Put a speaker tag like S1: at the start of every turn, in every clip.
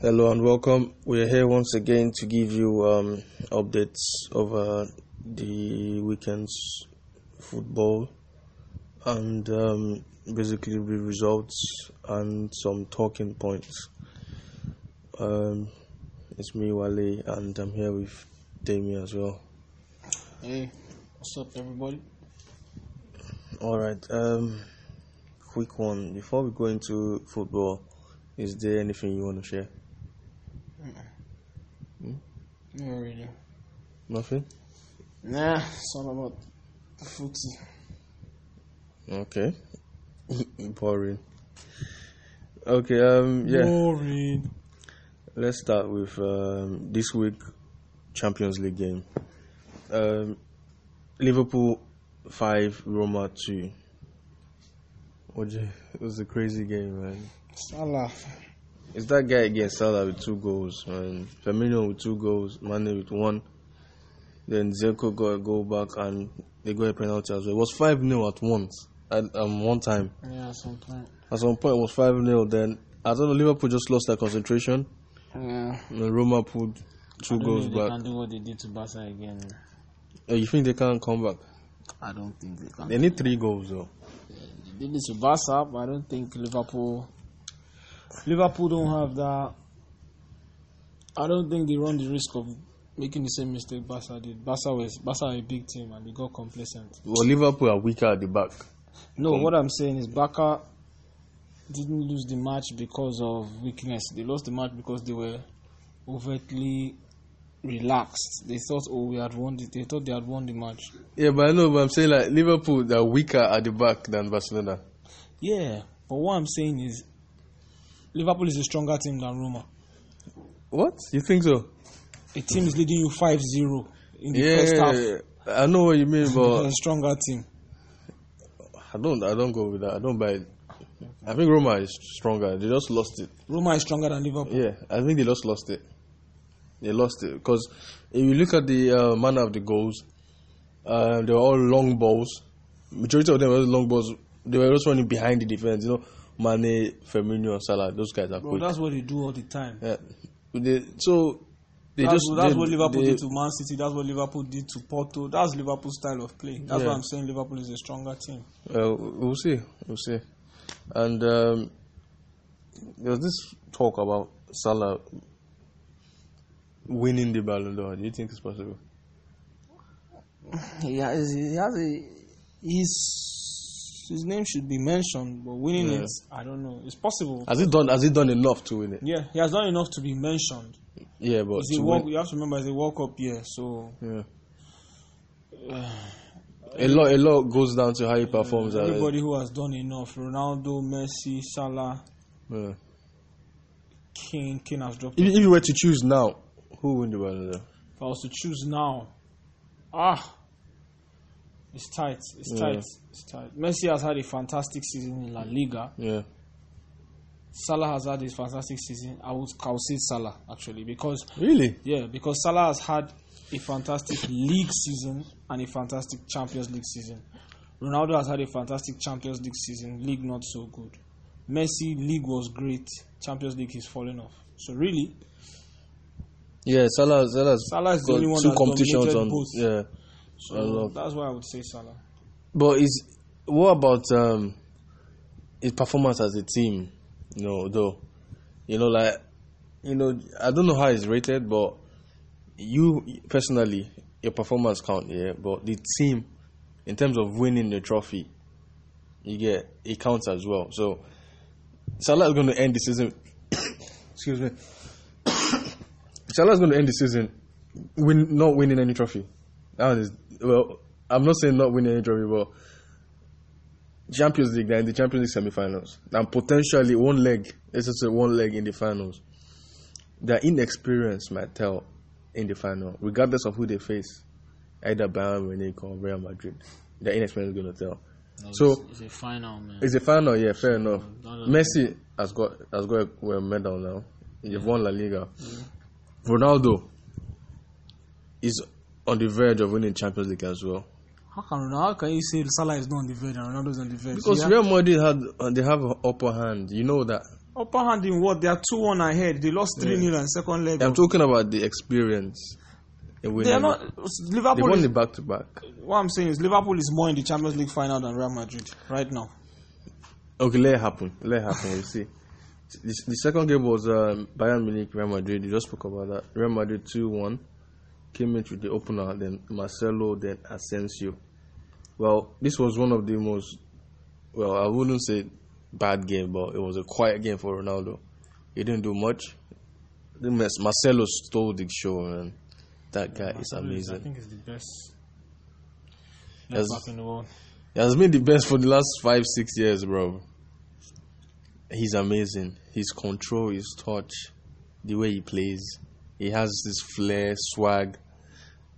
S1: Hello and welcome. We're here once again to give you um, updates over the weekend's football and um, basically the results and some talking points. Um, it's me, Wale, and I'm here with Damien as well.
S2: Hey, what's up, everybody?
S1: All right, um, quick one. Before we go into football, is there anything you want to share?
S2: Not really.
S1: Nothing?
S2: Nah, it's all about the footy.
S1: Okay. Boring. Okay, um yeah,
S2: Boring.
S1: let's start with um this week Champions League game. Um Liverpool 5 Roma 2. What do you- it was a crazy game, man.
S2: Salah.
S1: It's that guy against Salah with two goals, man. Firmino with two goals, Mane with one. Then Zeko got a goal back and they got a penalty as well. It was 5 0 at once, at um, one time.
S2: Yeah, some point.
S1: At some point, it was 5 0. Then, I don't know, Liverpool just lost their concentration.
S2: Yeah.
S1: And Roma pulled two goals
S2: they
S1: back.
S2: can do what they did to Barca again.
S1: Uh, you think they can't come back?
S2: I don't think they can.
S1: They need three goals, though.
S2: They did it to Barca, but I don't think Liverpool. Liverpool don't have that. I don't think they run the risk of making the same mistake Barca did. Barca was Barca are a big team and they got complacent.
S1: Well, Liverpool are weaker at the back.
S2: No, what I'm saying is Barca didn't lose the match because of weakness. They lost the match because they were overtly relaxed. They thought, oh, we had won. The, they thought they had won the match.
S1: Yeah, but I know, but I'm saying like Liverpool they are weaker at the back than Barcelona.
S2: Yeah, but what I'm saying is Liverpool is a stronger team than Roma.
S1: What? You think so?
S2: A team is leading you 5-0 in the first half.
S1: Yeah, I know what you mean,
S2: a
S1: but
S2: stronger team.
S1: I don't. I don't go with that. I don't buy it. I think Roma is stronger. They just lost it.
S2: Roma is stronger than Liverpool.
S1: Yeah, I think they just lost it. They lost it because if you look at the uh, manner of the goals, uh, they were all long balls. Majority of them were long balls. They were just running behind the defense. You know, Mane, Firmino, and Salah. Those guys are
S2: Bro,
S1: quick.
S2: that's what they do all the time.
S1: Yeah. They, so they
S2: that's
S1: just
S2: that's
S1: they-
S2: what Liverpool
S1: they-
S2: did to Man City. That's what Liverpool did to Porto. That's Liverpool's style of play. That's
S1: Yeah.
S2: why I'm saying Liverpool is a stronger team.
S1: Uh, we'll see. We'll see. And um, there was this talk about Salah winning the Ballon d'Or. Do you think it's possible?
S2: He has, he has a, his his name should be mentioned, but winning
S1: Yeah.
S2: it, I don't know. It's possible.
S1: Has he done? Has he done enough to win it?
S2: Yeah, he has done enough to be mentioned.
S1: Yeah, but
S2: It's a
S1: to
S2: World,
S1: win-
S2: you have to remember it's a World Cup year, so
S1: yeah. a lot, a lot goes down to how he performs. uh,
S2: everybody who has done enough, Ronaldo, Messi, Salah,
S1: yeah.
S2: Kane, Kane has dropped.
S1: If, if you were to choose now, who win the Ballon d'Or?
S2: If I was to choose now, ah, it's tight. It's
S1: Yeah.
S2: tight. It's tight. Messi has had a fantastic season in La Liga.
S1: Yeah,
S2: Salah has had a fantastic season. I would concede Salah actually because
S1: really?
S2: yeah because Salah has had a fantastic league season and a fantastic Champions League season. Ronaldo has had a fantastic Champions League season. League not so good. Messi league was great. Champions League is falling off. So really,
S1: Yeah, Salah. Salah's
S2: Salah is the
S1: got
S2: only one
S1: two
S2: that's
S1: competitions
S2: dominated
S1: on.
S2: both.
S1: Yeah, I
S2: so
S1: love-
S2: that's why I would say Salah.
S1: But is what about um his performance as a team? You know, though, you know, like you know, I don't know how he's rated, but you personally, your performance count, yeah. But the team, in terms of winning the trophy, you get it counts as well. So Salah is going to end the season. excuse me. Salah is going to end the season, win not winning any trophy. That is well. I'm not saying not winning any trophy, but Champions League, they're in the Champions League semifinals, and potentially one leg. Let's just say one leg in the finals. Their inexperience might tell in the final, regardless of who they face, either Bayern Munich or Real Madrid. Their inexperience is going to tell. So- it's-
S2: a final, man.
S1: It's a final, yeah, fair enough.
S2: No, no, no.
S1: Messi has got has got a well, medal now. You've won La Liga. Ronaldo is on the verge of winning Champions League as well.
S2: How can Ronaldo? How can you say Salah is not on the verge and Ronaldo is on the verge?
S1: Because
S2: Yeah.
S1: Real Madrid had uh, they have an upper hand. You know that
S2: Upper hand in what? They are 2 1 ahead. They lost 3 0 and second leg.
S1: I'm
S2: of-
S1: talking about the experience. in
S2: Mm. they are
S1: winning.
S2: not.
S1: They
S2: Liverpool.
S1: won
S2: Is,
S1: the back to back.
S2: what I'm saying is Liverpool is more in the Champions League final than Real Madrid right now.
S1: Okay, let it happen. Let it happen. We'll see. The, the second game was um, Bayern Munich, Real Madrid. You just spoke about that. Real Madrid 2 1. Came in with the opener, then Marcelo, then Asensio. Well, this was one of the most, well, I wouldn't say bad game, but it was a quiet game for Ronaldo. He didn't do much. The mess- Marcelo stole the show, man. That guy is
S2: I
S1: amazing.
S2: think it's the best.
S1: Yes.
S2: Left back in the world.
S1: He has been the best for the last five, six years, bro. He's amazing. His control, his touch, the way he plays. He has this flair, swag.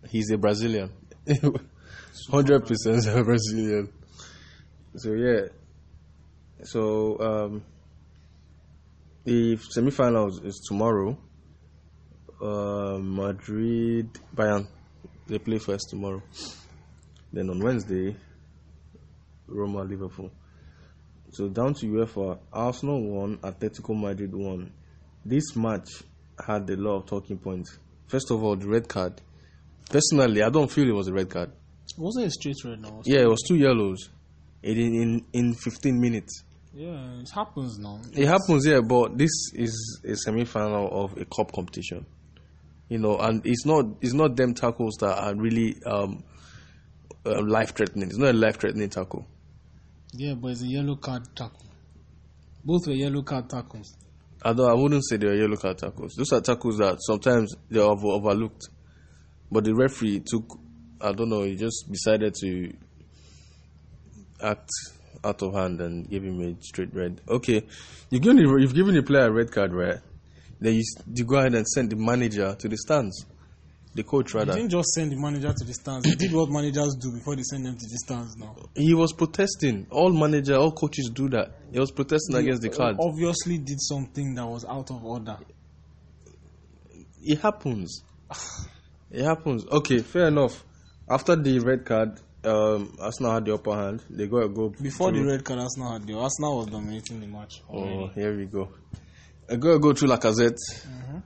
S1: He's a Brazilian. 100% a Brazilian. So, yeah. So, um, the semifinals is tomorrow. Uh, Madrid, Bayern. They play first tomorrow. Then on Wednesday, Roma, Liverpool. So down to UEFA, Arsenal won, Atletico Madrid won. This match had a lot of talking points. First of all, the red card. Personally, I don't feel it was a red card.
S2: Was it a straight red now?
S1: Yeah, it was two yellows. In in in 15 minutes.
S2: Yeah, it happens now.
S1: It happens, yeah, but this is a semi final of a cup competition. You know, and it's not it's not them tackles that are really um, uh, life threatening. It's not a life threatening tackle.
S2: Yeah, but it's a yellow card tackle. Both were yellow card tackles.
S1: Although I wouldn't say they are yellow card tackles. Those are tackles that sometimes they are over- overlooked. But the referee took, I don't know, he just decided to act out of hand and give him a straight red. Okay, you've given the, you've given the player a red card, right? Then you, s- you go ahead and send the manager to the stands, the coach
S2: They
S1: rather.
S2: didn't just send the manager to the stands. They did what managers do before they send them to the stands now.
S1: He was protesting. All manager, all coaches do that. He was protesting against the card.
S2: Obviously, did something that was out of order.
S1: it happens. It happens. Okay, fair enough. After the red card, um, Arsenal had the upper hand. They got a goal
S2: Before the
S1: through-
S2: red card, Arsenal had the Arsenal was dominating the match.
S1: Oh,
S2: already.
S1: here we go. I got a goal through Lacazette,
S2: Mhm.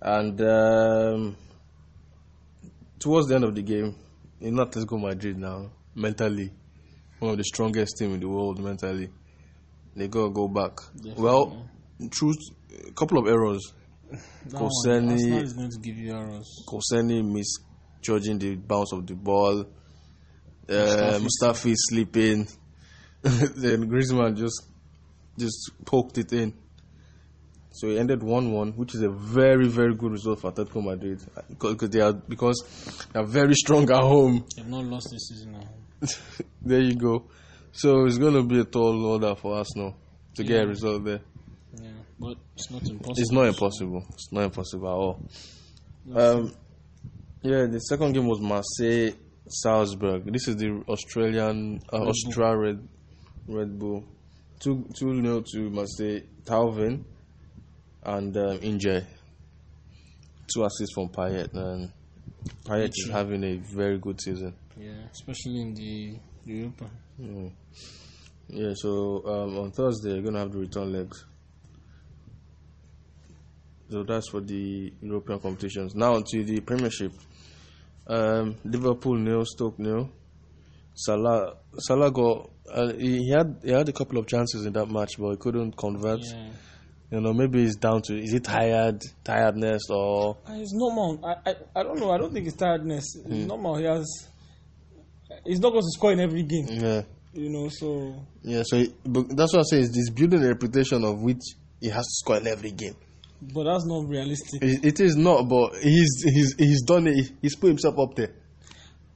S1: and um, towards the end of the game, in Atletico Madrid now, mentally, one of the strongest team in the world mentally, they got to go back. Well, through a couple of errors,
S2: That one,
S1: Koscielny-
S2: Arsenal is going to give you errors.
S1: concerning misjudging the bounce of the ball, uh,
S2: Mustafi.
S1: Mustafi sleeping, then Griezmann just just poked it in. So it ended one-one, which is a very very good result for Atletico Madrid uh, because because they are because they are very strong at home.
S2: They've not lost this season now.
S1: There you go. So it's going to be a tall order for Arsenal to get a result there.
S2: Yeah, but it's not impossible.
S1: It's not impossible. It's not impossible at all.
S2: That's
S1: Um, yeah, the second game was Marseille Salzburg. This is the Australian uh,
S2: Bull.
S1: Austral Red Red Bull. Two two nil to Marseille. Talvin and um, Injay. Two assists from Payet and Payet is
S2: Mitchell.
S1: having a very good season.
S2: Yeah, especially in the Europa.
S1: Mm. Yeah, so um, on Thursday you're gonna have the return legs. So that's for the European competitions. Now to the Premiership. Um, Liverpool nil, Stoke nil. Salah Salah got uh, he he had he had a couple of chances in that match, but he couldn't convert.
S2: Yeah.
S1: You know, maybe it's down to is it tired tiredness or
S2: Uh, It's normal. I, I I don't know. I don't think it's tiredness. It's normal. He has. He's not going to score in every game,
S1: yeah.
S2: you know. So
S1: Yeah, so he, but that's what I say is this building a reputation of which he has to score in every game.
S2: But that's not realistic.
S1: It it is not, but he's he's he's done it. He's put himself up there.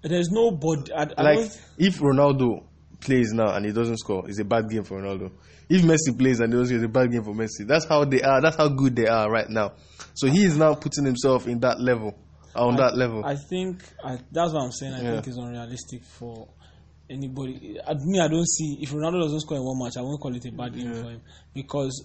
S2: There's no body. I, I
S1: Like
S2: don't,
S1: if Ronaldo plays now and he doesn't score, it's a bad game for Ronaldo. If Messi plays and he doesn't, score, it's a bad game for Messi. That's how they are. That's how good they are right now. So he is now putting himself in that level, on
S2: I-
S1: that level.
S2: I think I, that's what I'm saying. I
S1: Yeah.
S2: think it's unrealistic for anybody. I me, I don't see if Ronaldo doesn't score in one match, I won't call it a bad game for him because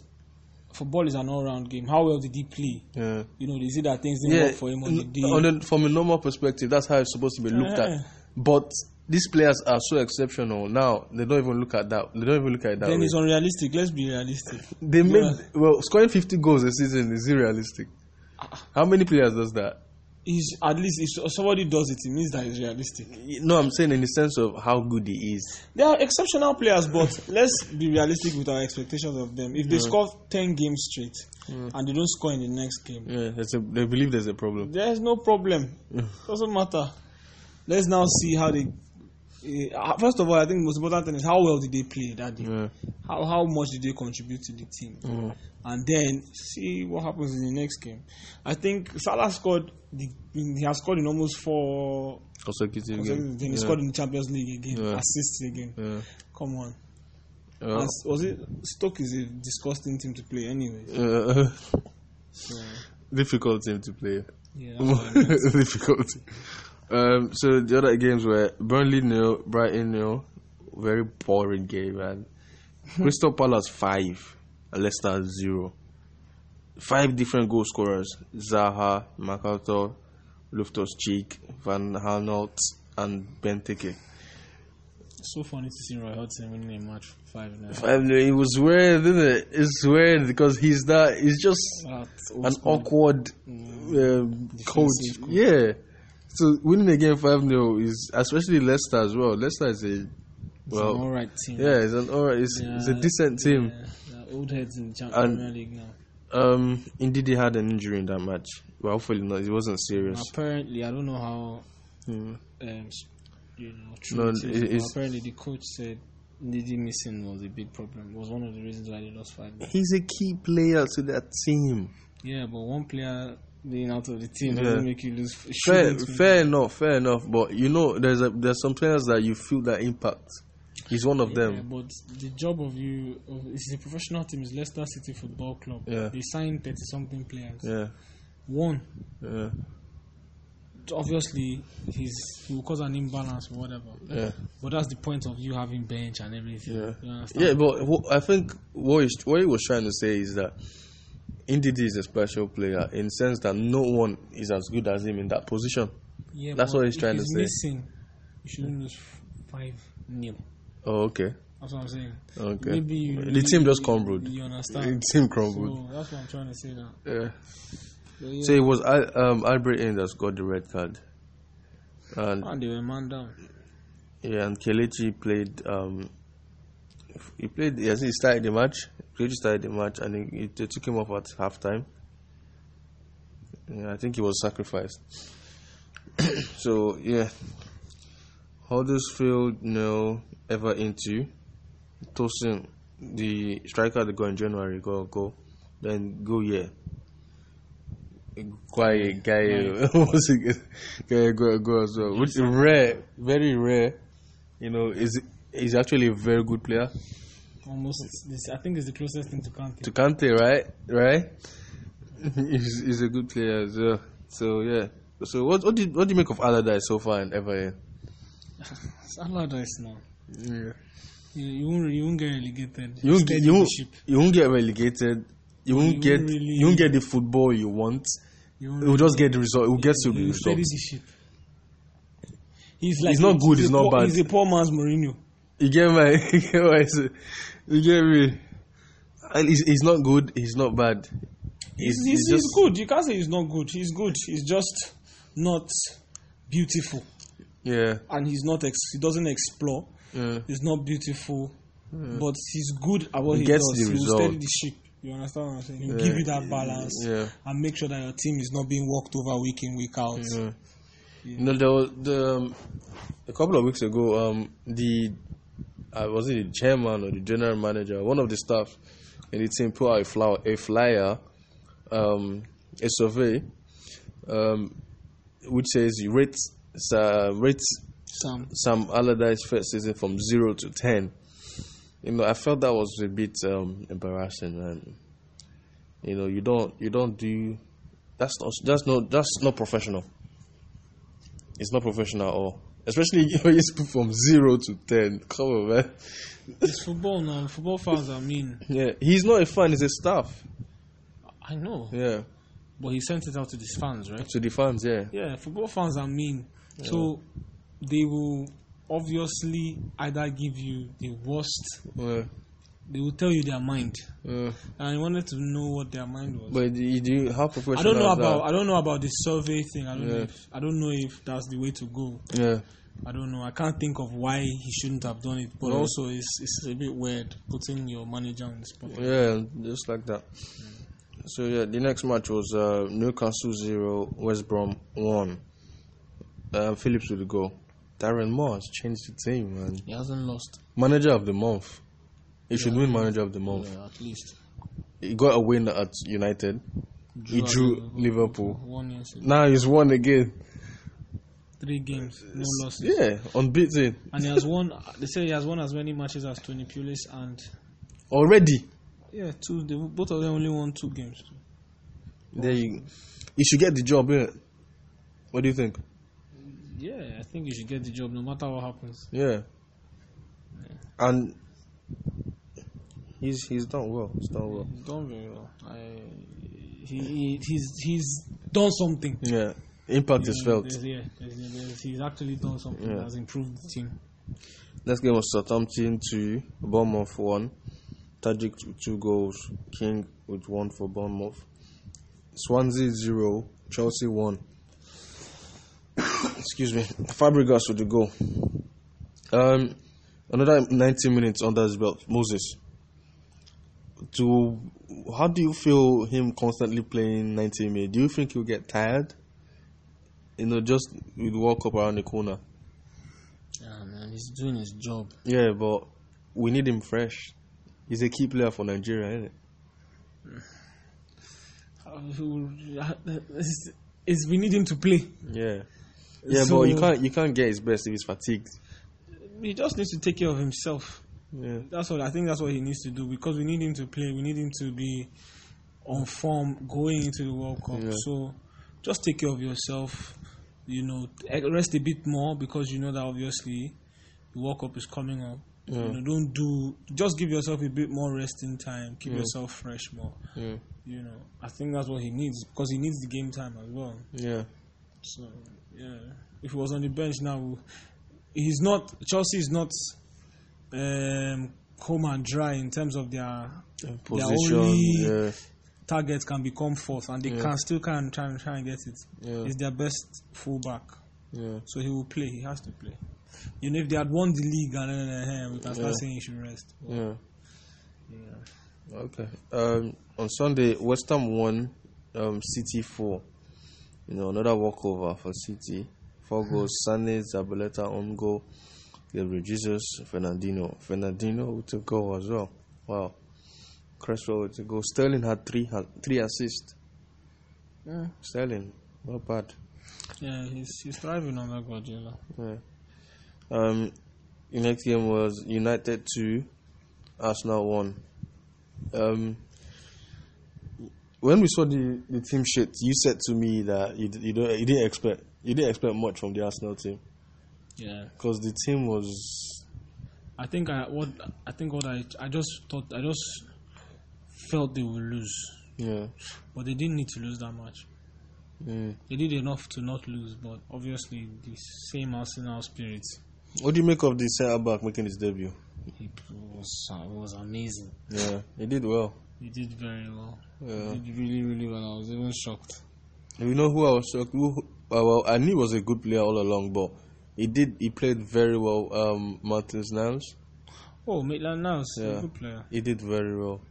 S2: football is an all-round game. How well did he play?
S1: yeah.
S2: You know, is it that things didn't
S1: Yeah,
S2: work for him on the
S1: n-
S2: day?
S1: on a- from a normal perspective, that's how it's supposed to be looked
S2: Yeah.
S1: at. But these players are so exceptional now. They don't even look at that. They don't even look at it that.
S2: Then
S1: way.
S2: it's unrealistic. Let's be realistic.
S1: They made
S2: Yeah.
S1: well scoring fifty goals a season is irrealistic. How many players does that?
S2: He's at least if somebody does it, it means that it's realistic.
S1: No, I'm saying in the sense of how good he is.
S2: They are exceptional players, but let's be realistic with our expectations of them. If they score ten games straight and they don't score in the next game,
S1: Yeah, there's a, they believe there's a problem.
S2: there's no problem. Doesn't matter. Let's now see how they. eh, Uh, first of all, I think the most important thing is how well did they play that day?
S1: Yeah. Mm.
S2: How how much did they contribute to the team? And then see what happens in the next game. I think Salah scored. The, he has scored in almost four.
S1: Consecutive game.
S2: consecutive games. He scored in the Champions League again.
S1: Yeah.
S2: Assists again.
S1: Yeah.
S2: Come on.
S1: Uh,
S2: As- was it Stoke is a disgusting team to play anyway.
S1: uh,
S2: So
S1: difficult team to play.
S2: yeah, that's what I meant.
S1: difficulty. Um, so the other games were Burnley nil, Brighton nil, very boring game, man. Crystal Palace five, Leicester zero. Five different goal scorers: Zaha, Makato, Loftus Cheek, Van Hanalt, and Benteke.
S2: It's so funny to see Roy Hodgson winning a match five now.
S1: I mean, it was weird, isn't it? It's weird because he's that. He's just an awkward um coach.
S2: Defensive coach.
S1: Yeah. So winning again 5 0 is, especially Leicester as well. Leicester is a, well,
S2: all right team.
S1: yeah, it's, an, all right, it's, it's a
S2: Yeah,
S1: decent team.
S2: Yeah, they're old heads in the Champ-
S1: And-
S2: Premier League now.
S1: Um, indeed, he had an injury in that match. Well, hopefully not. It wasn't serious.
S2: Apparently, I don't know how.
S1: Mm.
S2: Um, s- you know,
S1: No,
S2: true it is,
S1: it-
S2: but
S1: it's-
S2: apparently the coach said Ndidi missing was a big problem. Was one of the reasons why they lost five. nil.
S1: He's a key player to that team.
S2: Yeah, but one player being out of the team
S1: Yeah.
S2: doesn't make you lose.
S1: Fair,
S2: it shouldn't make
S1: fair enough, fair enough. But you know, there's a, there's some players that you feel that impact. He's one of
S2: Yeah,
S1: them.
S2: but the job of you, of, it's a professional team, is Leicester City Football Club.
S1: Yeah.
S2: They signed 30 something players.
S1: Yeah,
S2: One,
S1: yeah,
S2: obviously, he's, he will cause an imbalance or whatever.
S1: yeah.
S2: But that's the point of you having bench and everything.
S1: Yeah,
S2: You understand?
S1: yeah, but wh- I think what he's, what he was trying to say is that Ndidi is a special player in the sense that no one is as good as him in that position.
S2: Yeah,
S1: That's
S2: but
S1: what he's
S2: if
S1: trying to
S2: he's
S1: say.
S2: missing, you shouldn't lose 5 nil.
S1: Oh, okay,
S2: That's what I'm saying.
S1: okay.
S2: Maybe you,
S1: the team just crumbled.
S2: You
S1: The
S2: understand?
S1: team crumbled.
S2: So that's what I'm trying to say now.
S1: yeah.
S2: But yeah,
S1: So it was Al- um, Albert Ain that got the red card, and
S2: and they were man down.
S1: yeah, and Kelechi played. Um, he played. Yes, he started the match. Kelechi started the match, and he, they took him off at halftime. Yeah, I think he was sacrificed. so yeah, Huddersfield no ever into Tosin, the striker that got in January got a goal. Then go yeah. Guy, guy, what's it? Guy, go, go as well. Which is rare, very rare. You know, is is actually a very good player
S2: Almost, this, I think it's the closest thing to Kante.
S1: to Kante, right? Right? he's, he's a good player as well. So yeah. So what what do you, what do you make of Allardyce so far and ever?
S2: It's Allardyce now.
S1: Yeah.
S2: You, you won't you won't get relegated.
S1: You won't,
S2: Steady
S1: you, won't,
S2: leadership.
S1: you won't get relegated. You won't
S2: You
S1: get
S2: won't really-
S1: you won't get the football you want.
S2: You won't
S1: It will just get the result. It will get to
S2: you
S1: the
S2: will steady
S1: result.
S2: the ship. He's like
S1: He's not good, he's
S2: a
S1: not
S2: poor-
S1: bad.
S2: He's a poor man's Mourinho.
S1: You get my you get my you get me. And he's, he's not good. He's not bad.
S2: He's, he's, he's
S1: just
S2: good. You can't say he's not good. He's good. He's just not beautiful,
S1: yeah.
S2: and he's not. Ex- he doesn't explore.
S1: yeah.
S2: He's not beautiful, but he's good at
S1: Hmm.
S2: what
S1: He
S2: he,
S1: gets
S2: does.
S1: the
S2: he
S1: result.
S2: will steady the ship. You understand what I'm saying? He'll
S1: Yeah.
S2: give you that balance
S1: Yeah.
S2: and make sure that your team is not being walked over week in week out.
S1: Yeah. No, there was the um, a couple of weeks ago. Um, the I was it the chairman or the general manager, one of the staff in the team put out a flyer, a flyer, um, a survey, um, which says you rate uh, rate
S2: Sam,
S1: Sam Allardyce first season from zero to ten. You know, I felt that was a bit um, embarrassing, and you know, you don't, you don't do. That's not, that's not, that's not professional. It's not professional at all, especially when you speak from zero to ten. Come on, man.
S2: it's football now. Football fans, I mean,
S1: Yeah, he's not a fan; he's a staff.
S2: I know.
S1: Yeah,
S2: But he sent it out to his fans, right?
S1: to the fans. Yeah,
S2: Yeah, football fans are mean. So they will obviously either give you the worst.
S1: Yeah.
S2: They will tell you their mind,
S1: Yeah.
S2: and I wanted to know what their mind was.
S1: But do you, do you, how professional
S2: I don't know
S1: is that?
S2: about I don't know about the survey thing. I don't know
S1: Yeah.
S2: if I don't know if that's the way to go.
S1: Yeah.
S2: I don't know. I can't think of why he shouldn't have done it. But
S1: Mm.
S2: also, it's it's a bit weird putting your manager on the spot.
S1: Yeah, just like that. So yeah, the next match was uh, Newcastle zero, West Brom one. Um, Phillips with the goal. Darren Moore has changed the team, man.
S2: He hasn't lost.
S1: Manager of the month. He should win manager of the month.
S2: Yeah, at least.
S1: He got a win at United. He drew Liverpool.
S2: One year, so
S1: Now he's won again.
S2: three games, no losses,
S1: Yeah, unbeaten
S2: and he has won. They say he has won as many matches as Tony Pulis and
S1: already.
S2: yeah, two. They, both of them only won two games.
S1: There you, he should get the job. innit? What do you think?
S2: Yeah, I think you should get the job no matter what happens.
S1: Yeah. And he's he's done well. He's done well.
S2: He's done very well. I, he, he he's he's done something.
S1: Yeah. Impact is felt.
S2: There's- yeah, there's- there's- he's actually done something
S1: Yeah.
S2: that has improved the team.
S1: Next game was Southampton two, Bournemouth one, Tajik with two goals, King with one for Bournemouth, Swansea zero, Chelsea one. Excuse me, Fabregas with the goal. Um, another 90 minutes under his belt, Moses. To how do you feel him constantly playing 90 minutes? Do you think he'll get tired? You know, just with World Cup around the corner.
S2: Yeah, man, he's doing his job.
S1: Yeah, but we need him fresh. He's a key player for Nigeria, isn't it?
S2: Uh, It's, it's, we need him to play.
S1: Yeah. Yeah,
S2: So-
S1: but you can't you can't get his best if he's fatigued.
S2: He just needs to take care of himself.
S1: Yeah.
S2: That's what I think. That's what he needs to do because we need him to play. We need him to be on form going into the World Cup.
S1: Yeah.
S2: So just take care of yourself. You know, eh, rest a bit more because you know that obviously the World Cup is coming up. You know, don't do. Just give yourself a bit more resting time. Keep yourself fresh more.
S1: Yeah.
S2: You know, I think that's what he needs because he needs the game time as well.
S1: Yeah.
S2: So yeah, if he was on the bench now, we- he's not. Chelsea is not um, home and dry in terms of their
S1: Position.
S2: only-
S1: Yeah.
S2: targets can become fourth, and they
S1: Yeah.
S2: can still can try and try and get it.
S1: Yeah.
S2: He's their best fullback,
S1: Yeah.
S2: so he will play. He has to play. You know, if they had won the league, and then eh, eh, we can start
S1: Yeah.
S2: saying he should rest.
S1: Yeah.
S2: Yeah.
S1: Okay. Um on Sunday West Ham won um City four. You know, another walkover for City. Four goals, Sane, Zabaleta, on goal, Gabriel Jesus, Fernandino. Fernandino with a goal as well. Wow. Cresswell with a goal. Sterling had three ha- three assists.
S2: Yeah.
S1: Sterling, not bad.
S2: Yeah, he's he's thriving on that Guardiola.
S1: Yeah. Um, the next game was United two, Arsenal one. Um, when we saw the, the team sheet, you said to me that you d- you, don't, you didn't expect you didn't expect much from the Arsenal team
S2: Yeah.
S1: because the team was
S2: I think I what I think what I I just thought I just felt they would lose.
S1: yeah
S2: but they didn't need to lose that much.
S1: mm.
S2: They did enough to not lose, but obviously the same Arsenal spirit.
S1: What do you make of the centre back making his debut?
S2: It was it was amazing.
S1: Yeah, he did well.
S2: They did very well.
S1: Yeah.
S2: They did really really well. I was even shocked.
S1: You know who I was shocked? Who, uh, well, I knew he was a good player all along, but he did he played very well. Um, Martins Niles,
S2: Oh, Maitland Niles,
S1: Yeah.
S2: a good player.
S1: he did very well.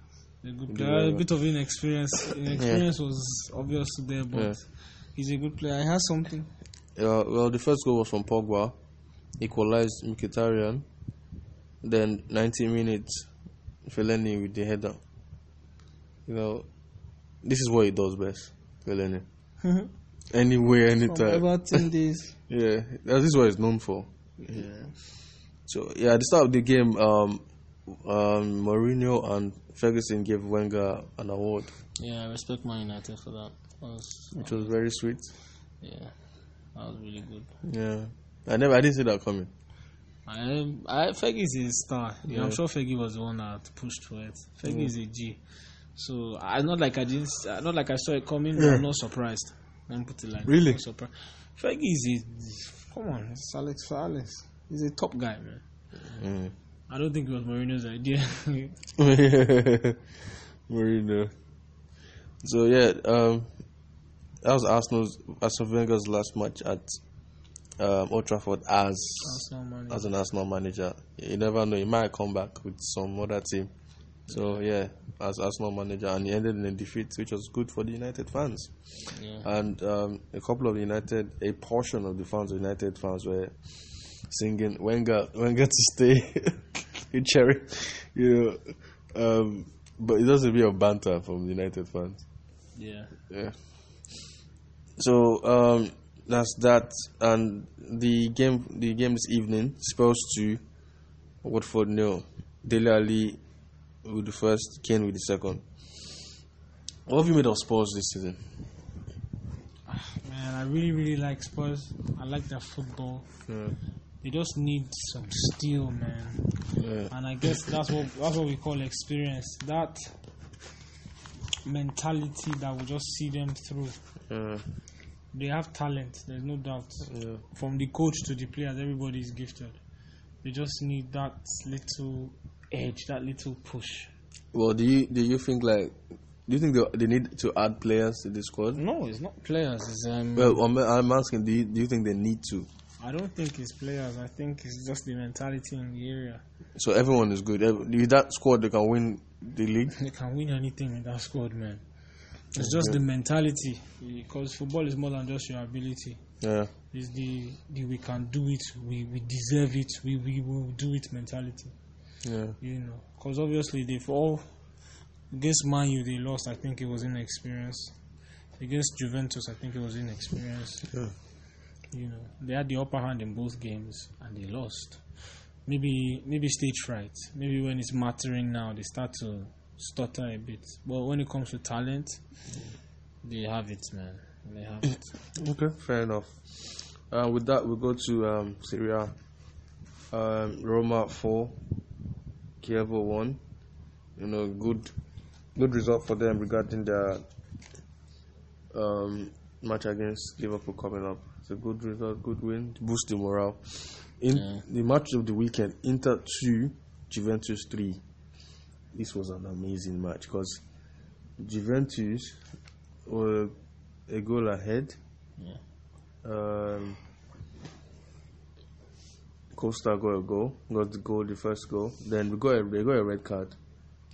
S2: A good
S1: did
S2: player.
S1: very
S2: A bit of inexperience. Inexperience was obviously there, but
S1: Yeah.
S2: he's a good player. He has something.
S1: Uh, well, the first goal was from Pogba, equalized Mkhitaryan. Then 90 minutes, Fellaini with the header. You know, this is what he does best, Fellaini. Anywhere, anytime.
S2: about ten days.
S1: Yeah, that is what he's known for.
S2: Yeah.
S1: So yeah, at the start of the game, um, um, Mourinho and Ferguson gave Wenger an award,
S2: Yeah, I respect Man United for that. That was-
S1: which was very sweet.
S2: yeah, that was really good.
S1: Yeah, I never, I didn't see that coming.
S2: I, Um, I Fergie is a star. Yeah,
S1: Yeah. Mm.
S2: I'm sure Fergie was the one that pushed for it. Fergie is a G. So I not like I didn't, I not like I saw it coming. But I'm not surprised. Let me put it like that.
S1: Really?
S2: I'm not surprised. Fergie is a, come on, it's Alex for Alex. He's a top guy, man.
S1: Mm.
S2: I don't think it was Mourinho's idea.
S1: Mourinho. So yeah, um, that was Arsenal's Arsenal Wenger's last match at um, Old Trafford as
S2: Arsenal man.
S1: as an Arsenal manager. You never know; he might come back with some other team. So yeah, as Arsenal manager, and he ended in a defeat, which was good for the United fans.
S2: Yeah.
S1: And um, a couple of the United, a portion of the fans, of United fans, were singing Wenger, Wenger to stay. you cherry, you know. Um, but it doesn't be a banter from the United fans.
S2: yeah.
S1: Yeah. So um, that's that, and the game, the game this evening, Spurs two, Watford nil. Dele Alli with the first, Kane with the second. What have you made of Spurs this season?
S2: Man, I really, really like Spurs. I like their football. They just need some steel, man.
S1: Yeah.
S2: And I guess that's what that's what we call experience. That mentality that will just see them through.
S1: Yeah.
S2: They have talent. There's no doubt.
S1: Mm, Yeah.
S2: From the coach to the players, everybody is gifted. They just need that little edge, that little push.
S1: Well, do you do you think like do you think they, they need to add players to the squad?
S2: No, it's not players. It's um.
S1: Well, I'm, I'm asking, do you, do you think they need to?
S2: I don't think it's players. I think it's just the mentality in the area.
S1: So everyone is good. Ev- With that squad, they can win the league.
S2: They can win anything with that squad, man. It's just the mentality because football is more than just your ability.
S1: Yeah,
S2: It's the, the we can do it, we, we deserve it, we, we will do it mentality.
S1: yeah,
S2: You know, because obviously they've all against Man U they lost. I think it was inexperience. Against Juventus, I think it was inexperience.
S1: Yeah.
S2: You know, they had the upper hand in both games and they lost. Maybe maybe stage fright. Maybe when it's mattering now, they start to stutter a bit. But when it comes to talent, they have it, man. They have it.
S1: Okay, fair enough. Uh, with that, we go to um, Syria. Um, Roma four, Kievo one. You know, good, good result for them regarding their um, match against Liverpool coming up. It's a good result, good win, boost the morale. In
S2: Yeah.
S1: the match of the weekend, Inter two, Juventus three. This was an amazing match because Juventus were a goal ahead.
S2: Yeah.
S1: Um, Costa got a goal, got the goal, the first goal. Then we got a, they got a red card.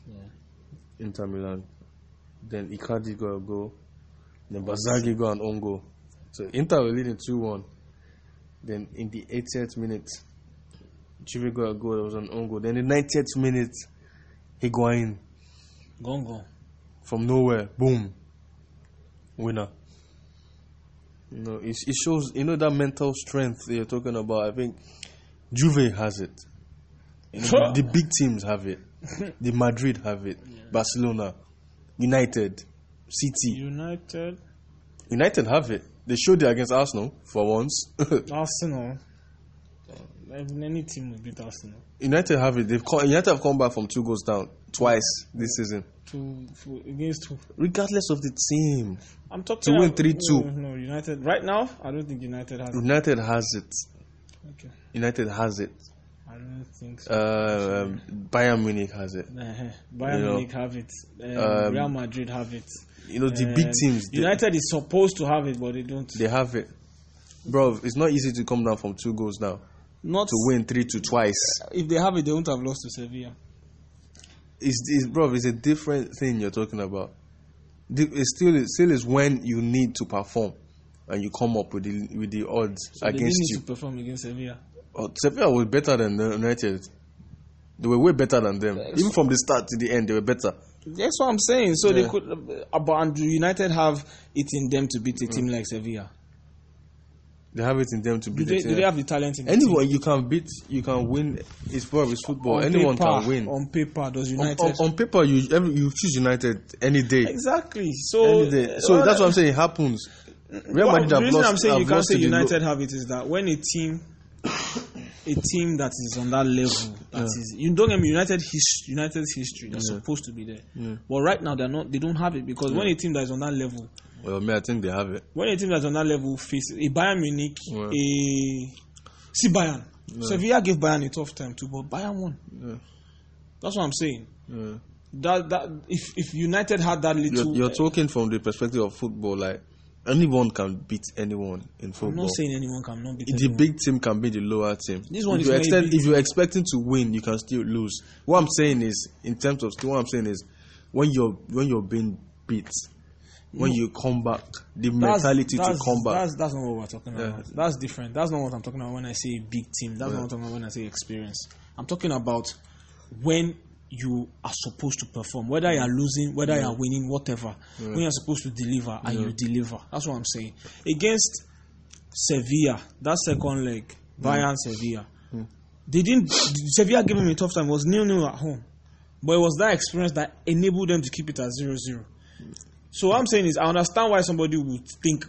S2: Yeah.
S1: Inter Milan. Then Icardi got a goal. Then Bazagi got an own goal. So Inter were leading 2 1. Then in the 80th minute, Chivi got a goal. That was an own goal. Then in the 90th minute, Higuain
S2: Gongo.
S1: from nowhere, boom, winner. You know, it, it shows, you know, that mental strength that you're talking about. I think Juve has it. You know, the, the big teams have it. The Madrid have it. Barcelona, United, City.
S2: United,
S1: United have it. They showed it against Arsenal for once.
S2: Arsenal. Even any team will beat Arsenal.
S1: United have it. They've come, United have come back from two goals down twice this season.
S2: Two two- against two.
S1: Regardless of the team,
S2: I'm talking.
S1: To win
S2: about- Oh,
S1: 3-2.
S2: No, no, United. Right now, I don't think United has. it.
S1: United has it.
S2: Okay.
S1: United has it.
S2: I don't think so.
S1: Mm-hmm. Uh, um, Bayern Munich has it.
S2: Uh-huh. Bayern
S1: you know,
S2: Munich have it. Um,
S1: um,
S2: Real Madrid have it.
S1: You know, the big
S2: Um,
S1: teams, they,
S2: United is supposed to have it, but they don't.
S1: they have it. Bro, it's not easy to come down from two goals now
S2: Not
S1: to win three to twice.
S2: if they have it, they won't have lost to Sevilla.
S1: It's, it's bro, it's a different thing you're talking about. The- It's still, it still is when you need to perform and you come up with the with the odds
S2: So they
S1: against
S2: didn't
S1: you.
S2: need to perform against Sevilla.
S1: Oh, Sevilla was better than the United. They were way better than them. Even from the start to the end, they were better.
S2: That's what I'm saying. So they
S1: Yeah.
S2: could, uh, but and United have it in them to beat a
S1: Mm.
S2: team like Sevilla.
S1: They have it in them to
S2: Do
S1: beat
S2: they,
S1: the
S2: do
S1: team.
S2: they have the talent in the team?
S1: Anyone you can beat, you can win. It's bro, it's football. Anyone
S2: paper,
S1: can win.
S2: on paper. Does
S1: on,
S2: United
S1: on, on paper, you every, you choose United any day,
S2: exactly? So, uh,
S1: any day. So that's what I'm saying. It happens. Real
S2: Well,
S1: Madrid
S2: the
S1: have
S2: reason
S1: lost.
S2: I'm saying
S1: have
S2: you can't
S1: lost
S2: say
S1: to the lo-
S2: United have it is that when a team, a team that is on that level, that is you don't get me United his, United's history. They're supposed to be there, but right now they're not. They don't have it because when a team that is on that level,
S1: Well, me, I think they have it.
S2: when a team that's on that level faces a Bayern Munich,
S1: Yeah.
S2: a see Bayern. Sevilla gave Bayern a tough time too, but Bayern won.
S1: Yeah.
S2: That's what I'm saying.
S1: Yeah.
S2: That that if if United had that little,
S1: You're, you're talking from the perspective of football. Like anyone can beat anyone in football.
S2: I'm not saying anyone can not beat.
S1: the
S2: anyone.
S1: big team can be the lower team.
S2: This one
S1: if
S2: is
S1: you
S2: not a
S1: extend,
S2: big
S1: if you're expecting to win, you can still lose. What I'm saying is, in terms of what I'm saying is, when you're when you're being beat, when you come back, the
S2: That's-
S1: mentality
S2: that's,
S1: to come back.
S2: That's, that's not what we're talking about. That's different. That's not what I'm talking about when I say big team. That's not what I'm talking about when I say experience. I'm talking about when you are supposed to perform, whether you are losing, whether you are winning, whatever. When you're supposed to deliver and you deliver. That's what I'm saying. Against Sevilla, that second leg, Bayern Sevilla. They didn't. Sevilla gave him a tough time. It was nil nil at home, but it was that experience that enabled them to keep it at 0-0. So what I'm saying is, I understand why somebody would think,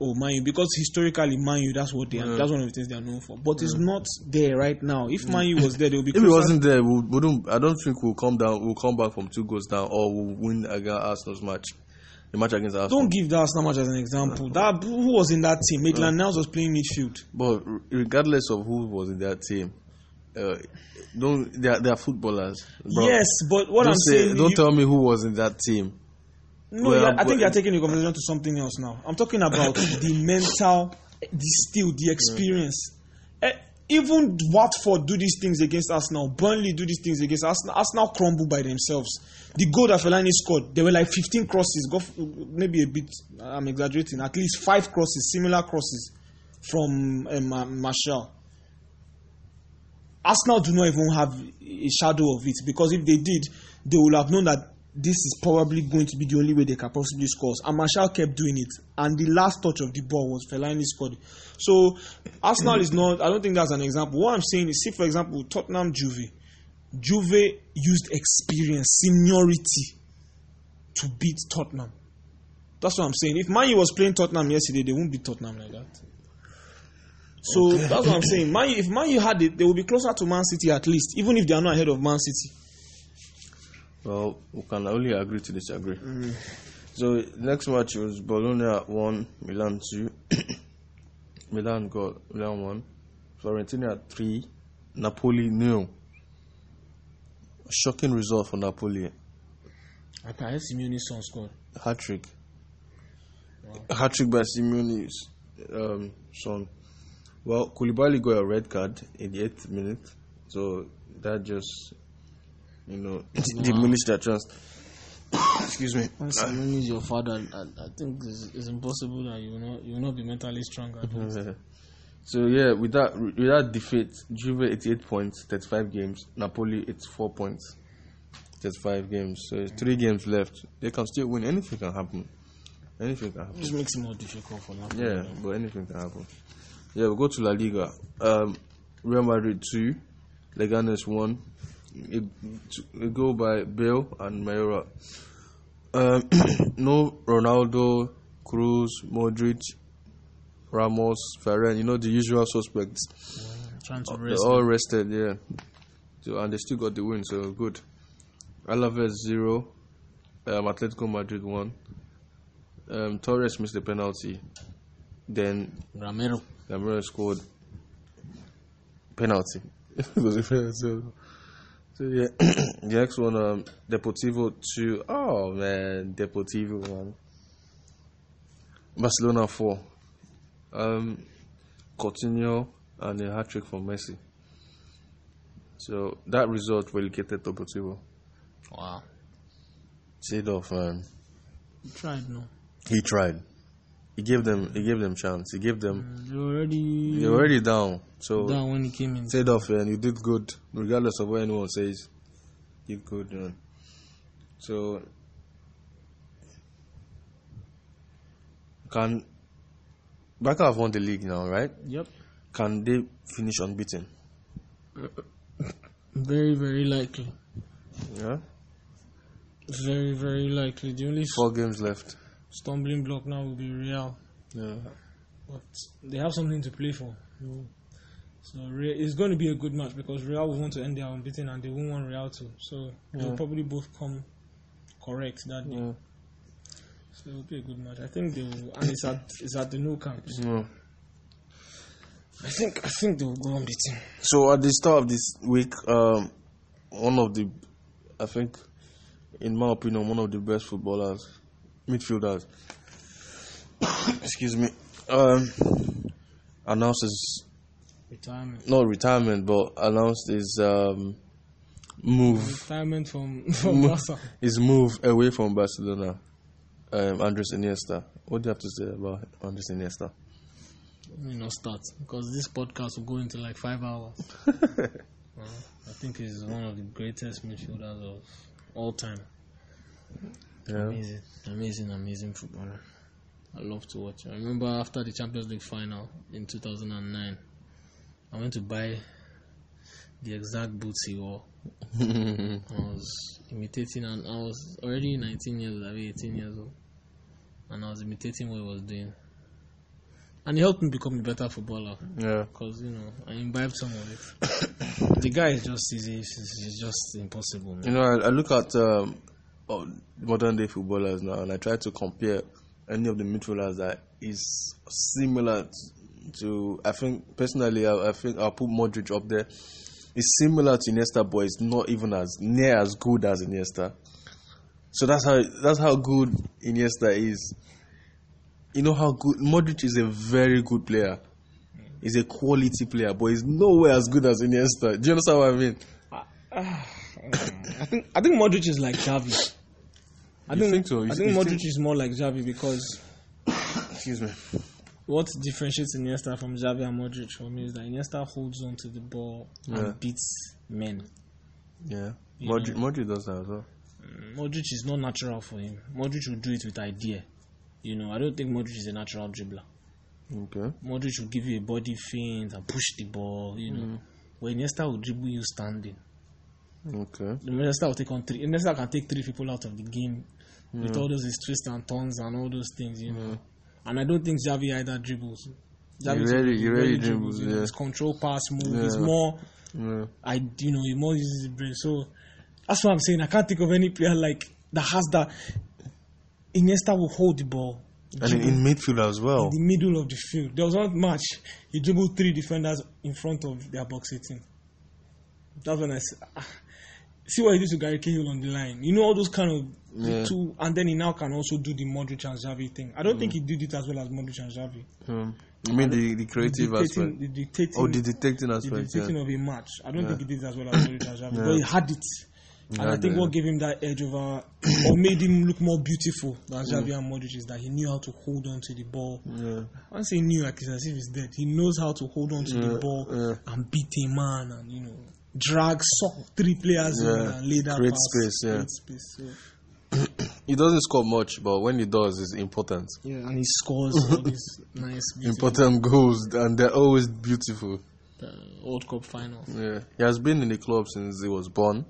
S2: "Oh, Man U," because historically, Man U that's what they are. That's one of the things they are known for. But it's not there right now. If Man U was there, they would be.
S1: if it
S2: closer-
S1: wasn't there, we wouldn't. I don't think we'll come down. We'll come back from two goals down, or we'll win against Arsenal's match. The match against Arsenal.
S2: Don't give that Arsenal match as an example. That who was in that team? Maitland Niles was playing midfield.
S1: But re- regardless of who was in that team, uh, don't they are, they are footballers. bro.
S2: yes, but what
S1: don't
S2: I'm
S1: say-
S2: saying,
S1: don't
S2: you-
S1: tell me who was in that team.
S2: No,
S1: Well,
S2: yeah, I
S1: well-
S2: think you're taking the conversation to something else now. I'm talking about the mental, the skill, the experience. Eh, even Watford do these things against Arsenal. Burnley do these things against Arsenal. Arsenal crumble by themselves. The goal that Fellaini scored, there were like 15 crosses. Go f- maybe a bit. I'm exaggerating. At least five crosses, similar crosses, from um, Ma- Martial. Arsenal do not even have a shadow of it because if they did, they would have known that this is probably going to be the only way they can possibly score. And Marshall kept doing it, and the last touch of the ball was Fellaini scored. So Arsenal is not. I don't think that's an example. What I'm saying is, see for example Tottenham Juve, Juve used experience, seniority to beat Tottenham. That's what I'm saying. If Man U was playing Tottenham yesterday, they won't beat Tottenham like that. So that's what I'm saying. Man, U- if Man U had it, they would be closer to Man City at least, even if they are not ahead of Man City.
S1: Well, we can only agree to disagree. So next match was Bologna at one, Milan two. Milan got Milan one, Fiorentina at three, Napoli nil. Shocking result for Napoli.
S2: I can have Simeone's son scored.
S1: Hat trick. Hat trick by Simeone's um, son. Well, Koulibaly got a red card in the eighth minute, so that just you know diminished their chance. Excuse me.
S2: When Simeone is your father, I, I think it's, it's impossible that you will not you will not be mentally strong. at all.
S1: Yeah. So yeah, with that with that defeat, Juve eighty eight points, thirty five games. Napoli eighty four points, thirty five games. So it's three games left. They can still win. Anything can happen. Anything can happen.
S2: It makes it more difficult for Napoli.
S1: Yeah, but anything can happen. Yeah, we go to La Liga. Um, Real Madrid two, Leganes one. A, a goal by Bale and Mayora. Um, no Ronaldo, Cruz, Modric, Ramos, Ferran. You know the usual suspects.
S2: Trying to
S1: They
S2: rest.
S1: all rested. Yeah. So and they still got the win. So good. Alaves zero. Um, Atletico Madrid one. Um, Torres missed the penalty. Then
S2: Ramiro.
S1: Lamela scored penalty. it was a penalty. So, so, yeah, the next one, um, Deportivo two. Oh man, Deportivo one. Barcelona four. Um, Coutinho and a hat trick for Messi. So that result relegated Deportivo.
S2: Wow.
S1: Said off, man.
S2: You tried no.
S1: um, He tried. He gave them. He gave them chance. He gave them.
S2: You already
S3: Mm.
S1: They're already down. So
S2: down when he came in.
S1: said off and you did good regardless of what anyone says you did good man. so can Barca have won the league now right
S2: Yep.
S1: can they finish unbeaten
S2: Very very likely.
S1: yeah
S2: Very very likely. The only
S1: four games left
S2: stumbling block now will be Real.
S1: yeah
S2: but they have something to play for. So Re- it's going to be a good match because Real will want to end their unbeaten and they won't want Real to. So
S1: Yeah.
S2: they'll probably both come correct that day.
S1: yeah
S2: So it'll be a good match. I think they will, and it's at it's at the new camp.
S1: no.
S3: I think I think they will go unbeaten.
S1: So at the start of this week, um, one of the, I think, in my opinion, one of the best footballers, midfielders, excuse me, um, announced his
S3: Retirement.
S1: not retirement but announced his um, move
S3: Retirement from from Barca.
S1: his move away from Barcelona. Um, Andres Iniesta. What do you have to say about Andres Iniesta?
S3: You know, start because this podcast will go into like five hours. Uh, I think he's one of the greatest midfielders of all time.
S1: Yeah.
S3: Amazing, amazing, amazing footballer. I love to watch. I remember after the Champions League final in 2009, I went to buy the exact boots he wore. I was imitating, and I was already 19 years old, I mean 18 years old, and I was imitating what he was doing. And it helped me become a better footballer
S1: yeah.
S3: because you know I imbibed some of it. the guy is just is, is, is just impossible. Man.
S1: You know, I, I look at um, oh, modern day footballers now, and I try to compare any of the midfielders that is similar t- to. I think personally, I, I think I'll put Modric up there. It's similar to Iniesta, but it's not even as near as good as Iniesta. So that's how that's how good Iniesta is. You know how good Modric is a very good player. He's a quality player, but he's nowhere as good as Iniesta. Do you understand what I mean?
S3: I think I think Modric is like Xavi. I
S1: You think so? You-
S3: I think
S1: you
S3: Modric
S1: think-
S3: is more like Xavi because
S1: Excuse me.
S3: what differentiates Iniesta from Xavi and Modric for me is that Iniesta holds on to the ball
S1: Yeah.
S3: and beats men.
S1: Yeah.
S3: You
S1: Modric,
S3: know.
S1: Modric does that as well.
S3: Modric is not natural for him. Modric will do it with idea. You know, I don't think Modric is a natural dribbler.
S1: Okay.
S3: Modric will give you a body feint and push the ball. You know, where Iniesta will dribble you standing.
S1: Okay.
S3: Iniesta will take on three. Iniesta can take three people out of the game with all those his twists and turns and all those things, you know. And I don't think Xavi either dribbles.
S1: He
S3: is-
S1: really- he really dribbles,
S3: you know,
S1: yeah.
S3: His control pass move is
S1: Yeah.
S3: more,
S1: Yeah.
S3: I you know, he more uses his brain. So that's what I'm saying. I can't think of any player like that has that. Iniesta will hold the ball.
S1: And in,
S3: dribble
S1: in midfield as well.
S3: the middle of the field. There was one match he dribbled three defenders in front of their box 18. That's when I s- ah. see what he did to Gary Cahill on the line. You know all those kind of
S1: Yeah.
S3: two, and then he now can also do the Modric and Xavi thing. I don't
S1: Mm.
S3: think he did it as well as Modric and Xavi.
S1: Um, I mean the, the creative
S3: Dictating,
S1: aspect.
S3: the dictating,
S1: Oh, the detecting
S3: the
S1: aspect.
S3: dictating
S1: yeah.
S3: of a match. I don't think he did it as well as Modric and Xavi,
S1: Yeah.
S3: but he had it. And I
S1: had
S3: think
S1: it,
S3: what
S1: yeah.
S3: gave him that edge over, or made him look more beautiful than
S1: Mm.
S3: Xavi and Modric, is that he knew how to hold on to the ball,
S1: Yeah.
S3: once he knew, like it's as if he's dead. He knows how to hold on to the
S1: Yeah,
S3: ball
S1: yeah.
S3: and beat a man, and you know, drag sock three players in
S1: Yeah,
S3: and lay that
S1: create
S3: pass,
S1: space, yeah.
S3: create space. So.
S1: He doesn't score much, but when he does, it's important.
S3: Yeah, and he scores all these nice, beautiful
S1: Important goals, and they're always beautiful.
S3: uh, World Cup final.
S1: Yeah. He has been in the club since he was born,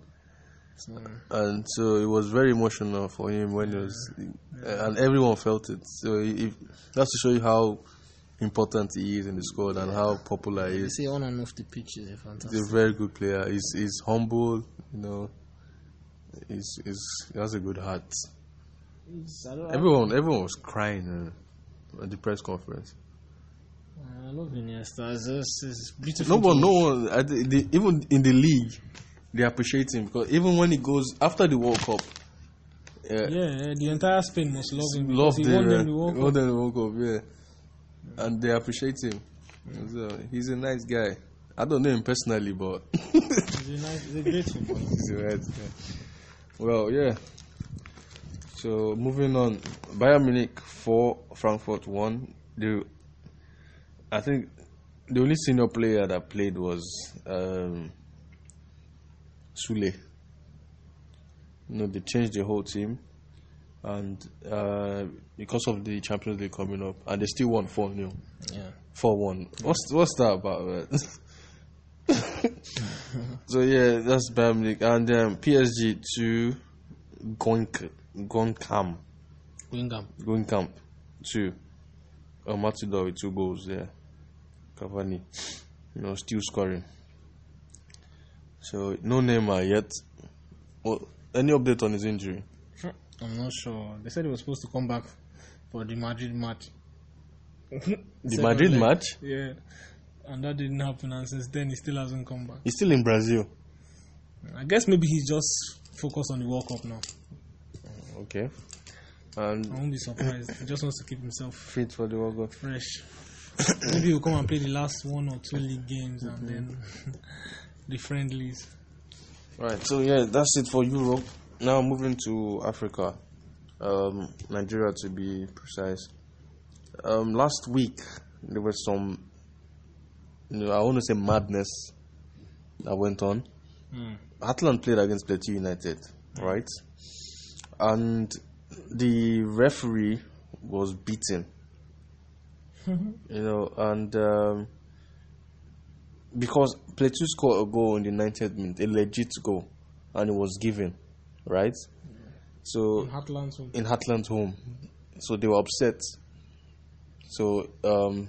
S3: So,
S1: and so it was very emotional for him when he was, and everyone felt it. So he, he, that's to show you how important he is in the squad and how popular he
S4: You
S1: is.
S4: see, on and off the pitch is a fantastic.
S1: He's a very good player. He's he's humble, you know. He's he's he has a good heart.
S3: it's- I, don't,
S1: Everyone everyone was crying uh, at the press conference.
S3: I, I love Iniesta. It's, just, it's
S1: No
S3: beautiful.
S1: one, no one. I thi- they- even in the league, they appreciate him because even when he goes after the World Cup, uh,
S3: Yeah, yeah, the entire Spain must love him. because
S1: love
S3: he
S1: the,
S3: won
S1: uh,
S3: them the World Cup.
S1: won them the World Cup, yeah, and they appreciate him. So he's a nice guy. I don't know him personally, but
S3: He's a, nice, he's a great footballer.
S1: He's right. Well, yeah. So moving on, Bayern Munich four, Frankfurt one. The I think the only senior player that played was um, Sule. You know, they changed the whole team, and uh, because of the Champions League coming up, and they still won four 0
S4: Yeah.
S1: four one. What's what's that about? Man? so yeah, that's Bayern Munich and um, PSG to Gonk Gonkam
S4: Wingham.
S1: Gonkamp two. Uh, Matidor with two goals. Yeah, Cavani, you know, still scoring. So no Neymar yet. Well, any update on his injury?
S4: I'm not sure. They said he was supposed to come back for the Madrid match.
S1: The
S4: Second
S1: Madrid
S4: leg.
S1: match.
S4: Yeah.
S3: and that didn't happen. And since then, he still hasn't come back.
S1: He's still in Brazil.
S3: I guess maybe he's just focused on the World Cup now.
S1: Okay. And
S3: I won't be surprised. he just wants to keep himself
S1: fit for the World Cup.
S3: fresh. maybe he'll come and play the last one or two league games
S2: Mm-hmm.
S3: and then the friendlies.
S1: Right. So yeah, that's it for Europe. Now moving to Africa, um, Nigeria to be precise. Um, last week there was some, you know, I want to say madness that went on. Atlant played against Plateau United, right? And the referee was beaten. you know, and um, because Plateau scored a goal in the 90th minute, a legit goal, and it was given, right?
S3: Hmm.
S1: So
S3: Heartland will
S1: in Hatland's home. So they were upset. So um,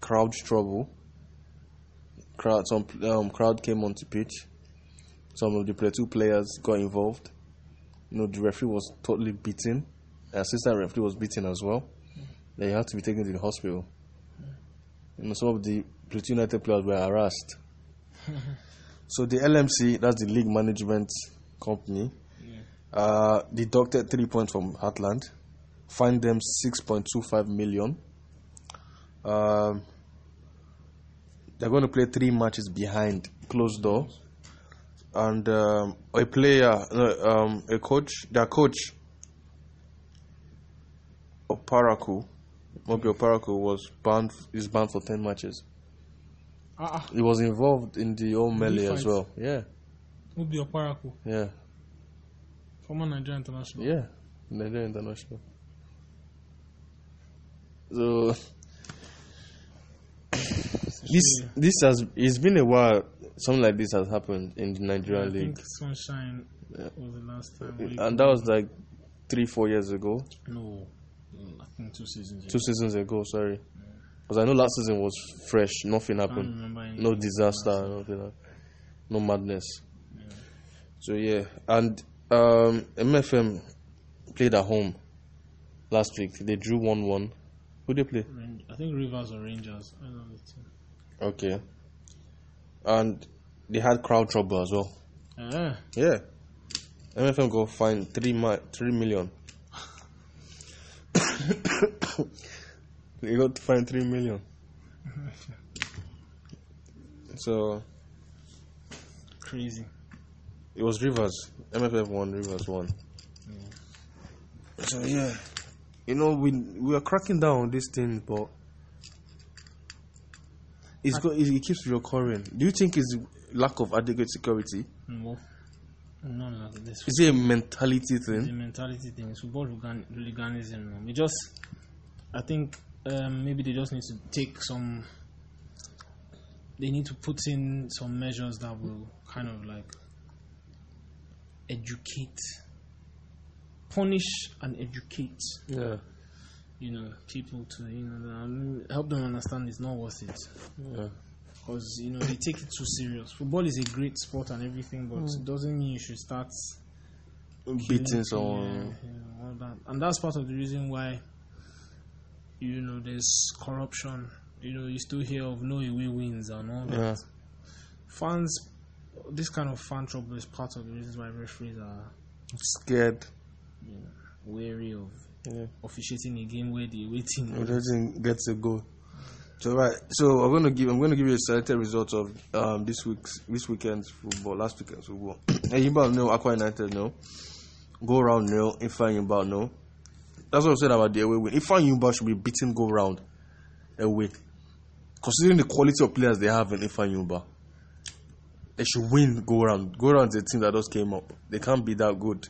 S1: crowd trouble. Crowd some um, crowd came onto pitch. Some of the plateau players got involved. You know the referee was totally beaten. The assistant referee was beaten as well. They had to be taken to the hospital. You know some of the plateau United players were harassed. so the LMC, that's the league management company, uh, deducted three points from Heartland, fined them 6.25 million. Um, they're going to play three matches behind closed doors, and um, a player, no, um, a coach, their coach, Oparaku, Mobi Oparaku was banned. Is banned for ten matches.
S3: Ah,
S1: He was involved in the old melee as
S3: fight.
S1: well. Yeah,
S3: be Oparaku,
S1: yeah,
S3: former Nigerian international.
S1: Yeah, Nigeria International. So this this has it's been a while something like this has happened in the
S3: I
S1: Nigerian
S3: think
S1: league,
S3: Sunshine was the last time. we-
S1: and that was like three four years ago,
S3: no, mm, I think two seasons. ago.
S1: two seasons ago. Sorry, because I know last season was fresh, nothing
S3: I don't
S1: happened,
S3: remember any.
S1: no disaster, nothing, hap- no madness. So yeah, and um, MFM played at home last week. They drew one one. Who they play?
S3: Ran- I think Rivers or Rangers. I don't know. the team.
S1: Okay. And they had crowd trouble as well.
S3: Eh,
S1: Yeah. MFM go find three mi- three million. they got to find three million. so
S3: crazy.
S1: it was Rivers. MFF won. Rivers won. So yeah, you know we we are cracking down on these things, but it's go, it, it keeps recurring. Do you think it's lack of adequate security?
S3: No, no, no. This
S1: Is it a mentality
S3: the
S1: thing?
S3: mentality thing. It's football hooligan- hooliganism. man. We just, I think, um, maybe they just need to take some. They need to put in some measures that will kind of like educate, punish, and educate.
S1: Yeah.
S3: You know, people to you know um, help them understand it's not worth it
S1: yeah.
S3: because you know they take it too serious. Football is a great sport and everything, but it doesn't mean you should start
S1: Beating
S3: yeah,
S1: someone.
S3: yeah, all that. And that's part of the reason why, you know, there's corruption. You know, you still hear of no away wins and all that.
S1: Yeah.
S3: Fans, this kind of fan trouble is part of the reasons why referees are
S1: Scared.
S3: wary of
S1: Yeah.
S3: officiating a game where the away team
S1: It doesn't get a goal. So right. So I'm gonna give I'm gonna give you a selected result of um this week's this weekend's football, last weekend's football. Enyimba no, Aqua United no, go round no, Ifeanyimba no. That's what I said about the away win. Ifeanyimba should be beating go round away, considering the quality of players they have in Ifeanyimba. They should win go round. Go round's a team that just came up. They can't be that good.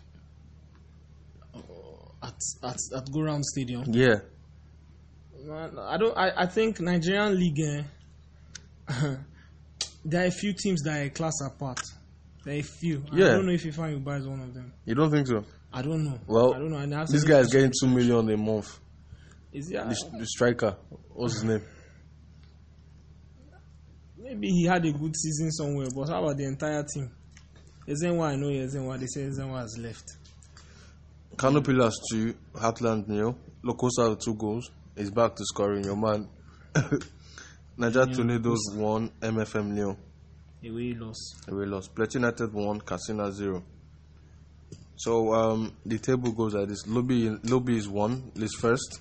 S3: at at at go round stadium.
S1: Yeah.
S3: Man, I don't. I, I think Nigerian league. eh, there are a few teams that are a class apart. There are a few. And I
S1: Yeah.
S3: don't know if Ifan Uba is one of them.
S1: You don't think so?
S3: I don't know.
S1: Well,
S3: I don't know. And I have
S1: This
S3: to-
S1: guy is getting two million a month.
S3: Is he, uh,
S1: The, sh- the striker, what's his name?
S3: maybe he had a good season somewhere, but how about the entire team? Ezenwa, I know Ezenwa. They say Ezenwa has left.
S1: Kano Pillars two, Heartland nil. Locosa two goals. He's back to scoring. Your man, Niger Tornadoes won, MFM Lyon
S3: away loss.
S1: away loss. Plateau United won, Casino zero. So um, the table goes like this: Lobby Lobby is one, is first,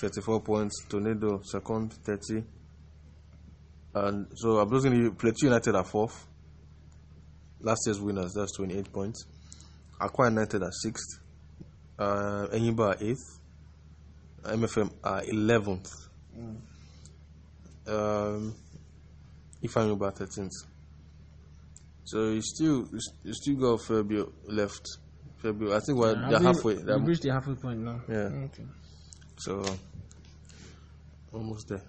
S1: thirty-four points. Tornado second, thirty. And so I'm losing the Plateau United are fourth. Last year's winners, that's twenty-eight points. Aqua United are sixth. Uh, Enyimba are eighth. MFM are eleventh. Um, if I'm about thirteenth. So you still you still got a fair bit left. Fair bit. I think we're
S3: Have
S1: they're
S3: we-
S1: halfway.
S3: we
S1: they're-
S3: reached the halfway point now.
S1: Yeah.
S3: Okay.
S1: so almost there.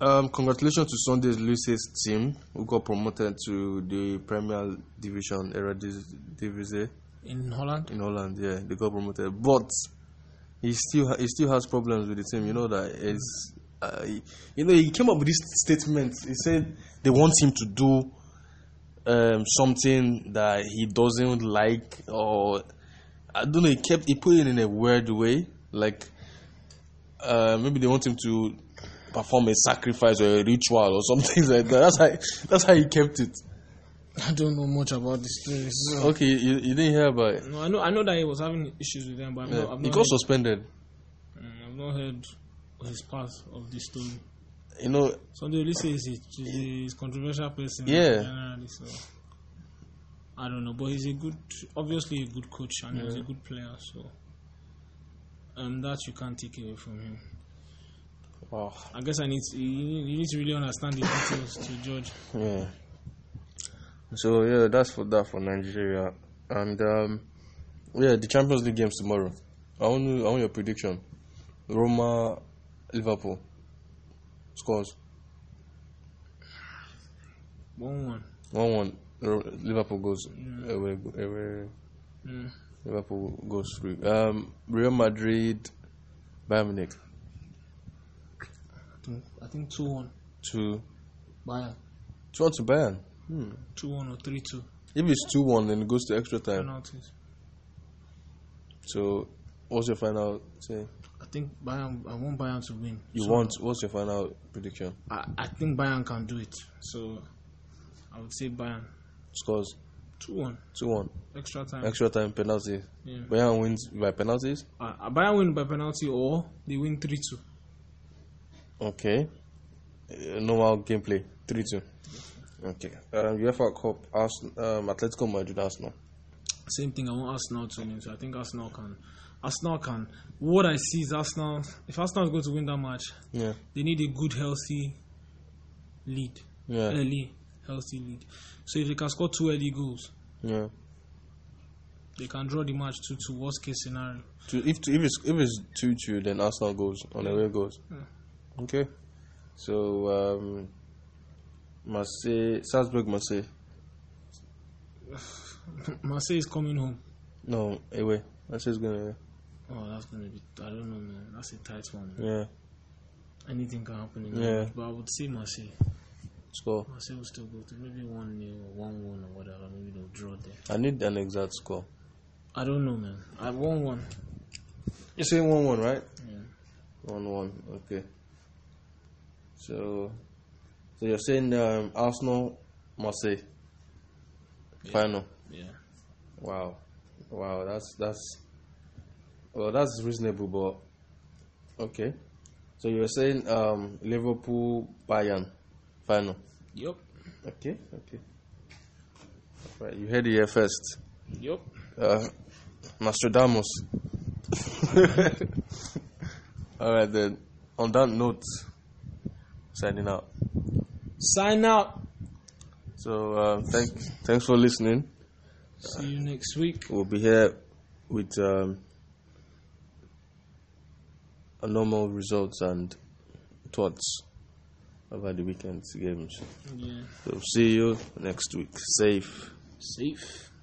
S1: Um, congratulations to Sunday's Luce's team who got promoted to the Premier Division Eredivisie
S3: In Holland,
S1: in Holland. Yeah, they got promoted, but he still ha- he still has problems with the team. You know that is. Uh, he- you know, he came up with this statement. He said they want him to do um, something that he doesn't like, or I don't know. He kept he put it in a weird way, like uh, maybe they want him to perform a sacrifice or a ritual or something like that. That's how that's how he kept it.
S3: I don't know much about this place.
S1: Okay, you, you didn't hear about it.
S3: No, I know, I know that he was having issues with them, but I've, not, I've,
S1: he
S3: not
S1: got
S3: heard,
S1: suspended.
S3: mm, I've not heard his part of the story.
S1: You know,
S3: Sunday Olise is a, is a controversial person.
S1: Yeah.
S3: generally, so I don't know, but he's a good, obviously a good coach and he's a good player. So um, that you can't take away from him.
S1: wow.
S3: I guess I need to, you, you need to really understand the details to judge.
S1: Yeah. So yeah, that's for that for Nigeria, and um, yeah, the Champions League games tomorrow. I want you- I want your prediction. Roma, Liverpool scores
S3: One one.
S1: one one. Liverpool goes away. away.
S3: Mm.
S1: Liverpool goes through. Um, Real Madrid, Bayern Munich
S3: I think I think two one.
S1: two
S3: Bayern
S1: two one to Bayern. Hmm.
S3: two one or three two
S1: If it's two one, then it goes to extra time.
S3: penalties.
S1: So, what's your final say?
S3: I think Bayern. I want Bayern to win.
S1: You
S3: So,
S1: want? What's your final prediction?
S3: I, I think Bayern can do it. So I would say Bayern
S1: Scores
S3: two one
S1: two one.
S3: extra time.
S1: Extra time penalty.
S3: yeah.
S1: Bayern wins by penalties.
S3: Uh, Bayern win by penalty or they win 3 2.
S1: Okay. Uh, normal gameplay. Three two. Okay. Um, UEFA Cup. Arsenal, um, Atletico Madrid. Arsenal.
S3: Same thing, I want Arsenal to win, so I think Arsenal can. Arsenal can. What I see is Arsenal, if Arsenal is going to win that match,
S1: Yeah.
S3: they need a good, healthy lead.
S1: Yeah.
S3: Early, healthy lead. So if they can score two early goals,
S1: Yeah.
S3: they can draw the match 2 2, worst case scenario.
S1: Two, if if it's if it's two two, then Arsenal goes on the way goes.
S3: Yeah.
S1: Okay. So um, Marseille, Salzburg, Marseille.
S3: Marseille is coming home.
S1: No, away. Marseille's going away.
S3: Oh, that's going to be, I don't know, man. That's a tight one.
S1: Yeah.
S3: Anything can happen in that
S1: Yeah.
S3: match, but I would say Marseille.
S1: Score.
S3: Marseille will still go to maybe 1 0 or 1 1 or whatever, maybe they'll draw there.
S1: I need an exact score.
S3: I don't know, man. I won one.
S1: You say one one, right?
S3: Yeah.
S1: One one. Okay. So, so you're saying um, Arsenal, Marseille, final.
S3: Yeah.
S1: Wow, wow. That's that's. Well, that's reasonable, but okay. So you're saying um, Liverpool, Bayern, final.
S3: Yep.
S1: Okay, okay. Right, you heard it here first.
S3: Yep.
S1: Uh, Nostradamus. All right then. On that note, signing out.
S3: Sign out.
S1: So uh, thank thanks for listening.
S3: See you next week.
S1: We'll be here with um, a normal results and thoughts about the weekend's games.
S3: Yeah.
S1: So see you next week. Safe.
S3: Safe.